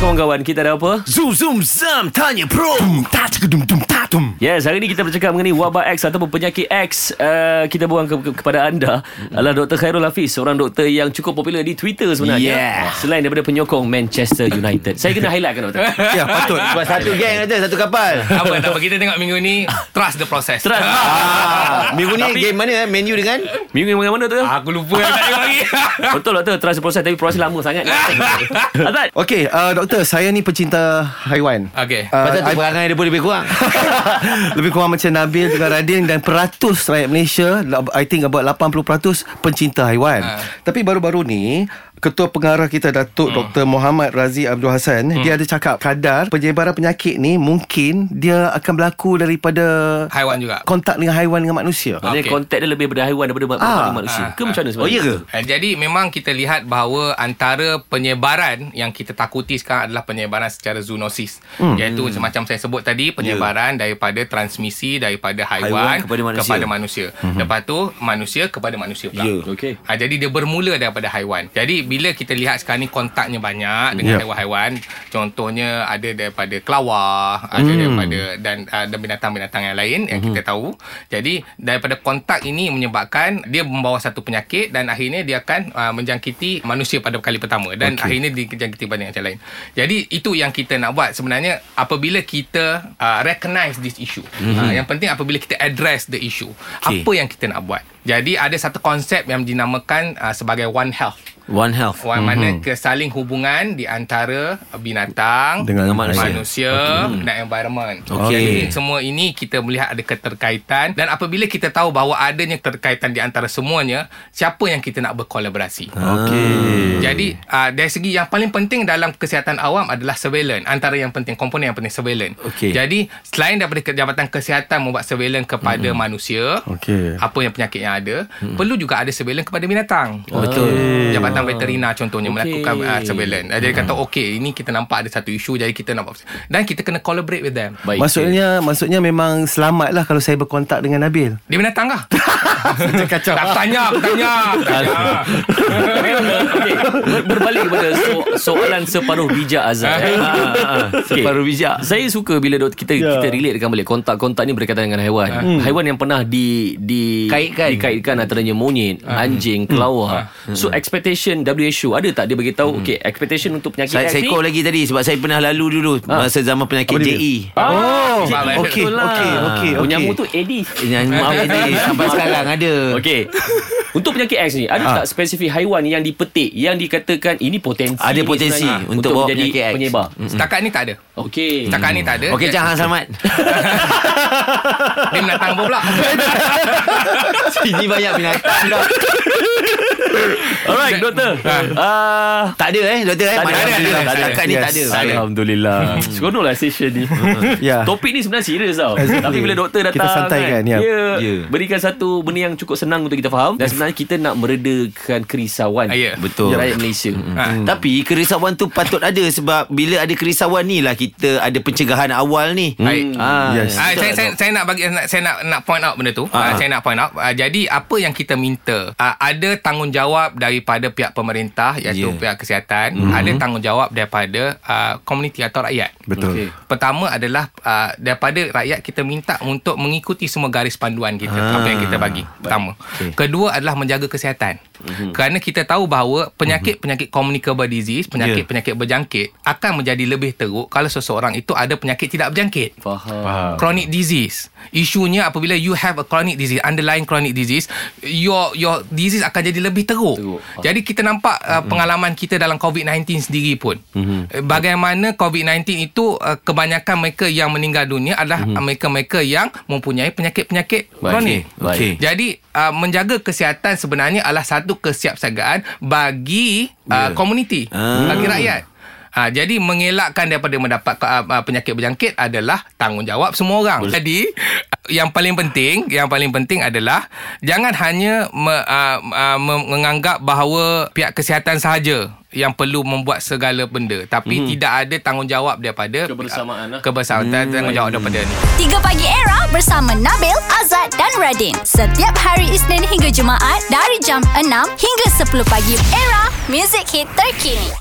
Kawan-kawan, kita ada apa? Zoom zoom zam tanya pro. Tum ta tuk dum tum ta tum. Yes, hari ni kita bercakap mengenai wabak X ataupun penyakit X. Uh, kita buang ke- ke- kepada anda Mm-hmm. adalah Dr. Khairul Hafiz, seorang doktor yang cukup popular di Twitter sebenarnya. Yeah. Selain daripada penyokong Manchester United. Saya kena highlight kan, doktor? Ya patut. Sebab satu geng aja Satu kapal Apa tak apa kita tengok minggu ni Trust the process Trust. ah, Minggu ni game mana eh Menu dengan Minggu yang mana, doktor? Aku lupa Tak tengok lagi Betul, doktor. Terasa proses tapi proses lama sangat. Azad, Okey, uh, doktor, saya ni pecinta haiwan. Okay Uh, Ah, Pasal tu I- perangai dia pun lebih kurang Lebih kurang macam Nabil dengan Radin dan peratus rakyat Malaysia, I think about 80% pencinta haiwan. Ah. Tapi baru-baru ni, Ketua Pengarah kita Hmm. Datuk Dr. Muhammad Razi Abdul Hassan, dia ada cakap kadar penyebaran penyakit ni mungkin dia akan berlaku daripada Haiwan juga kontak dengan haiwan dengan manusia. Maksudnya Okey. kontak dia lebih daripada haiwan daripada ma- Ah. manusia. Ah. Ke macam mana Oh sebenarnya? iya ke Eh, Jadi memang kita lihat bahawa antara penyebaran yang kita takuti sekarang adalah penyebaran secara zoonosis. Hmm. Iaitu macam macam saya sebut tadi penyebaran yeah. daripada transmisi daripada haiwan, Haiwan kepada manusia. kepada manusia. Hmm. Lepas tu manusia kepada manusia pula. Ya. Okey. Ha, jadi dia bermula daripada haiwan. Jadi bila kita lihat sekarang ni kontaknya banyak dengan Ya. yeah. haiwan-haiwan, contohnya ada daripada kelawar, ada daripada dan uh, dan binatang-binatang yang lain yang kita tahu. Jadi daripada kontak ini menyebabkan dia membawa satu penyakit dan akhirnya dia akan uh, menjangkiti manusia pada kali pertama dan okay. akhirnya dijangkiti banyak macam lain. Jadi itu yang kita nak buat sebenarnya apabila kita uh, recognize this issue. Mm-hmm. Uh, yang penting apabila kita address the issue. Okay. Apa yang kita nak buat? Jadi ada satu konsep yang dinamakan uh, sebagai one health. One Health Wan mana kesaling hubungan di antara binatang Dengan manusia, manusia. manusia dan environment. Okey. Jadi semua ini kita melihat ada keterkaitan dan apabila kita tahu bahawa adanya keterkaitan di antara semuanya, siapa yang kita nak berkolaborasi. Okey. Jadi uh, dari segi yang paling penting dalam kesihatan awam adalah surveillance. Antara yang penting komponen yang penting surveillance. Okey. Jadi selain daripada ke- Jabatan Kesihatan membuat surveillance kepada mm-hmm. manusia, Okey. apa yang penyakit yang ada, mm-hmm. perlu juga ada surveillance kepada binatang. Ah, Oh, betul. Jabatan Veterina contohnya Okey. okay. melakukan uh, surveillance. Uh, Jadi kata okey, ini kita nampak ada satu isu jadi kita nak buat dan kita kena collaborate with them. Baik. Ah, Maksudnya maksudnya memang selamatlah kalau saya berkontak dengan Nabil. Dia binatang kah? Kacau. tak tanya, aku tanya. aku tanya. Okey, ber- berbalik kepada so- soalan separuh bijak Azhar. Eh. Ha, ha, ha. Okey. Separuh bijak. Saya suka bila dok- kita Ya. yeah. kita relate kan boleh kontak-kontak ni berkaitan dengan haiwan. Ah. Hmm. Haiwan yang pernah di di Kaitkan. dikaitkan antaranya monyet, Ah. anjing, kelawar. So Hmm. expectation WHO ada tak dia bagi tahu okey expectation untuk penyakit Saya X ni? seko lagi tadi Sebab saya pernah lalu dulu Masa zaman penyakit E. JE Ah, Oh, okey, betul lah. okey, okey, okey. Hmm. Nyamuk tu Aedes. Yang maaf ini Sampai sekarang ada Okey. Untuk penyakit X ni, Ah. ada ha. tak spesifik haiwan yang dipetik yang dikatakan ini potensi Ada ni potensi sebenarnya untuk bawa menjadi penyakit X. penyebar. Setakat ni tak ada. Okey. Setakat ni tak ada. Okey Cah Hang selamat Dia binatang apa pula? Sini banyak binatang dah. Alright, doktor. Ah, Tak ada eh Doktor eh Tak ada, Mana- tak ada, tak ada. Setakat ni Yes. tak ada Hmm, Tak ada. Alhamdulillah. Seronok lah session ni Ya. Topik ni sebenarnya serius tau Exactly. Tapi bila doktor datang kan, Kita santaikan, ya. Dia Ya. berikan satu benda yang cukup senang untuk kita faham Dan sebenarnya kita nak meredakan kerisauan Ah, ya. Betul. Rakyat Malaysia Ah. Hmm. Tapi kerisauan tu patut ada sebab bila ada kerisauan ni lah kita ada pencegahan awal ni. Baik. Ah, Yes. Ah, saya, betul saya, tak, saya nak bagi nak- saya nak nak point out benda tu. Ah. saya nak point out. Ah, jadi apa yang kita minta? Ah, ada tanggungjawab daripada pihak pemerintah iaitu Yeah. yeah. pihak kesihatan, Mhm. mm-hmm. ada tanggungjawab daripada ah, komuniti atau rakyat. Betul. Okey. Pertama adalah uh, daripada rakyat kita minta untuk mengikuti semua garis panduan kita Ah. ah, apa yang kita bagi. Pertama. Okay. Kedua adalah menjaga kesihatan. Mm-hmm. Kerana kita tahu bahawa penyakit-penyakit communicable disease, penyakit-penyakit berjangkit akan menjadi lebih teruk kalau seseorang itu ada penyakit tidak berjangkit. Faham Chronic disease. Isunya apabila you have a chronic disease, underlying chronic disease, your your disease akan jadi lebih teruk. Teruk. teruk. Jadi kita nampak uh, pengalaman kita dalam COVID-19 sendiri pun. Mm-hmm. Bagaimana COVID-19 itu uh, kebanyakan mereka yang meninggal dunia adalah mm-hmm. mereka-mereka yang mempunyai penyakit-penyakit kronik. Baik. Okey. Jadi uh, menjaga kesihatan sebenarnya adalah satu kesiapsiagaan bagi uh, yeah. komuniti, Ah. bagi rakyat. Ha, jadi mengelakkan daripada mendapat uh, uh, penyakit berjangkit adalah tanggungjawab semua orang. Boleh. Jadi yang paling penting, yang paling penting adalah jangan hanya me, uh, uh, menganggap bahawa pihak kesihatan sahaja yang perlu membuat segala benda tapi hmm. tidak ada tanggungjawab daripada Kebersamaan lah. kebersamaan hmm. tanggungjawab daripada ni 3 Pagi Era bersama Nabil, Azad dan Radin. Setiap hari Isnin hingga Jumaat dari jam 6 hingga 10 pagi. Era, music hit terkini.